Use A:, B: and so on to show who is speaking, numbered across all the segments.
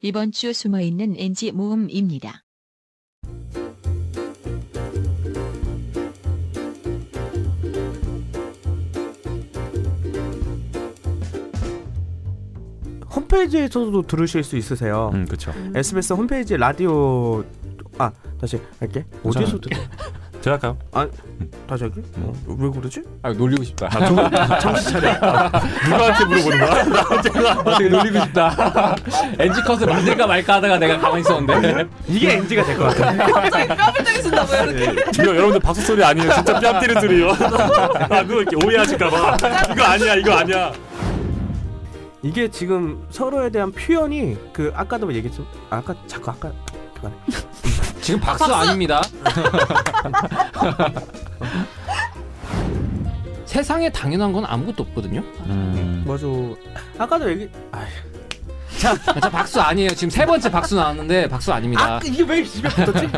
A: 이번 주 숨어있는 NG 모음입니다.
B: 홈페이지에서도 들으실 수 있으세요.
C: 음, 그렇죠.
B: SBS 홈페이지 라디오 아 다시 할게. 어디서
C: 괜찮아요.
B: 들어?
C: 제가 할까요?
B: 다시 할게.
C: 뭐?
B: 어, 왜 그러지?
D: 아 놀리고 싶다.
C: 아, 누, 정신 차려. 누구한테 물어보는 거야?
D: 어떻게 놀리고 싶다. NG 컷을 만들까 말까 하다가 내가 가만히 있었는데.
C: 음.
B: 이게 NG가 될 것 같아.
E: 갑자기 뼈부정이 쓴다고요 이렇게
C: 이거 여러분들 박수 소리 아니에요. 진짜 뺨 때리는 소리예요. 아, 그거 이렇게 오해하실까봐. 이거 아니야, 이거 아니야.
B: 이게 지금 서로에 대한 표현이 그 아까도 얘기했지만 아까 자꾸 아까 그만해.
D: 지금 박수, 아닙니다. 세상에 당연한 건 아무것도 없거든요.
C: 음,
B: 맞아. 아까도 얘기. 아
D: 아, 저 박수 아니에요. 지금 세 번째 박수 나왔는데 박수 아닙니다.
B: 이게 왜 입에 붙었지?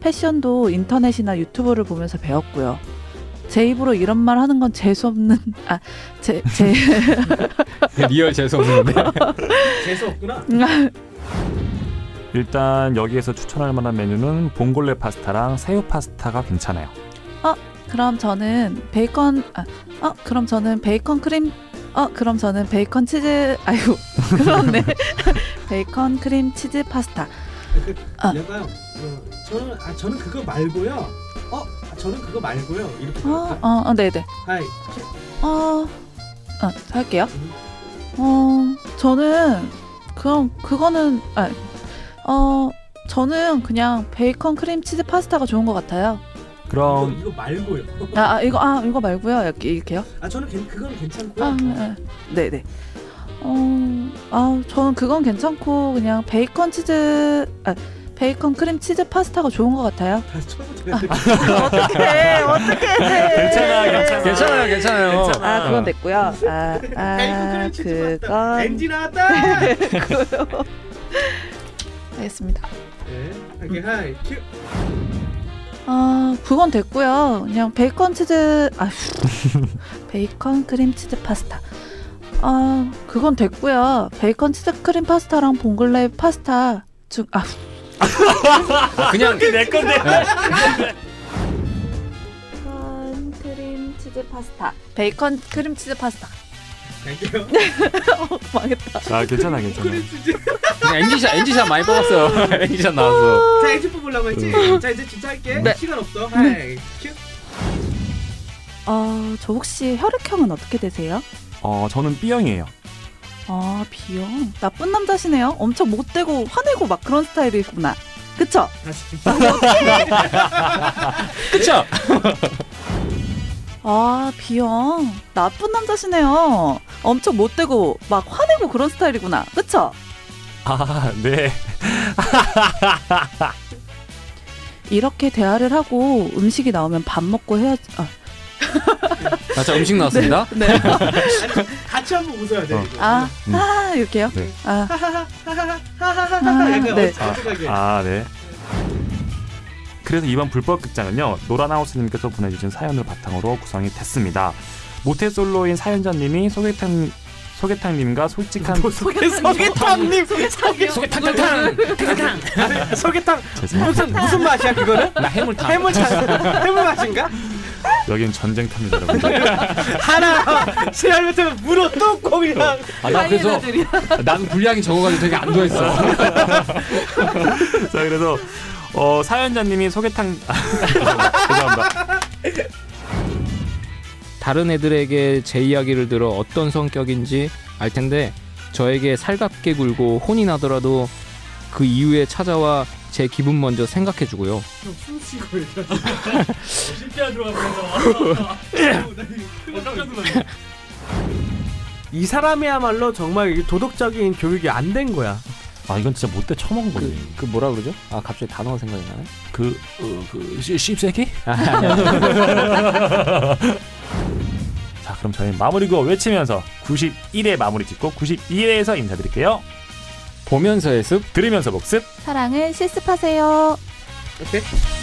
E: 패션도 인터넷이나 유튜브를 보면서 배웠고요. 제 입으로 이런 말 하는 건 재수 없는 아제제
D: 리얼 재수 없는데.
B: 재수 없구나.
C: 음. 일단 여기에서 추천할 만한 메뉴는 봉골레 파스타랑 새우 파스타가 괜찮아요.
E: 그럼 저는 베이컨 아, 어 그럼 저는 베이컨 크림 어 그럼 저는 베이컨 치즈 아이고 그렇네 베이컨 크림 치즈 파스타 아.
B: 약간 저는 아 저는 그거 말고요. 어 저는 그거 말고요. 이렇게.
E: 어어 어, 네네
B: 하이.
E: 어어 할게요 어 저는 그럼 그거는 아, 아어 저는 그냥 베이컨 크림 치즈 파스타가 좋은 것 같아요
C: 그럼
B: 이거 말고요.
E: 아, 아 이거 아 이거 말고요 이렇게, 이렇게요
B: 아 저는 괜, 그건 괜찮고요.
E: 아, 네, 네, 네. 어, 아, 저는 그건 괜찮고 그냥 베이컨 치즈, 아, 베이컨 크림 치즈 파스타가 좋은 것 같아요.
B: 다시 처음부터 해야 돼.
E: 네, 어떡해, 어떡해.
C: 괜찮아, 괜찮아.
D: 괜찮아요, 괜찮아요.
E: 아, 그건 됐고요. 아, 아, 그건
B: 엔진 나왔다.
E: 네. 알겠습니다.
B: 네. 이렇게 하이. 큐.
E: 아, 그건 됐고요. 그냥 베이컨 치즈, 아, 베이컨 크림 치즈 파스타. 아, 그건 됐고요. 베이컨 치즈 크림 파스타랑 봉글레 파스타 중, 아,
D: 아, 그냥
C: 내 건데.
E: 베이컨 크림 치즈 파스타. 베이컨 크림 치즈 파스타.
B: 갈게요.
E: 어, 망했다.
C: 아, 괜찮아, 괜찮아.
B: 그랬지.
D: 그냥 NG샷, NG샷 많이 뽑았어요. NG샷 나왔어.
B: 자 이제 뽑으려고 했지. 자 이제 진짜 할게.
E: 네.
B: 시간 없어. 하이. 큐.
E: 어, 저 혹시 혈액형은 어떻게 되세요?
C: 어, 저는 B형이에요.
E: 아, B형. 나쁜 남자시네요. 엄청 못되고 화내고 막 그런 스타일이구나. 그쵸?
B: 다시.
D: 그쵸?
E: 아, B형. 나쁜 남자시네요. 엄청 못되고 막 화내고 그런 스타일이구나. 그쵸?
C: 아, 네.
E: 이렇게 대화를 하고 음식이 나오면 밥 먹고 해야지. 아,
D: 아, 자, 음식 나왔습니다.
E: 네.
B: 같이 한번 웃어야 돼.
C: 어.
B: 이거.
E: 아, 아, 이렇게요?
C: 네.
E: 아.
B: 하하하하하하하. 약간
E: 네.
B: 어색하게.
C: 아, 네. 그래서 이번 불법 극장은요 노란하우스님께서 보내주신 사연을 바탕으로 구성이 됐습니다. 모태솔로인 사연자님이 소개팅 소개팅님과 솔직한
E: 소개, 소개탕님! 소개탕이요?
D: 소개 탕탕탕!
B: 아니, 설계탕
C: 죄송합니다.
B: 무슨 무슨 맛이야 그거는?
D: 나 해물탕.
B: 해물탕 해물 맛인가?
C: 여긴 전쟁터입니다, 여러분.
B: 하나 세알 밑에 물어 뚜껑이랑
D: 아, 나 그래서
E: 하이에나들이.
D: 난 분량이 적어가지고 되게 안 좋아했어.
C: 자, 그래서 어, 사연자님이 소개팅 아, 죄송합니다.
D: 다른 애들에게 제 이야기를 들어 어떤 성격인지 알 텐데 저에게 살갑게 굴고 혼이 나더라도 그 이후에 찾아와 제 기분 먼저 생각해 주고요.
B: 숨쉬고 이렇게. 이 사람이야말로 정말 이 도덕적인 교육이 안 된 거야.
C: 아, 이건 진짜 못돼 처먹은 거지.
D: 그 뭐라 그러죠? 아 갑자기 단어가 생각이 나네.
C: 그, 어, 그 시- 씹새끼? 자, 그럼 저희 마무리고 외치면서 91회 마무리 짓고 92회에서 인사드릴게요.
D: 보면서의 습
C: 들으면서 복습.
E: 사랑을 실습하세요.
B: 오케이.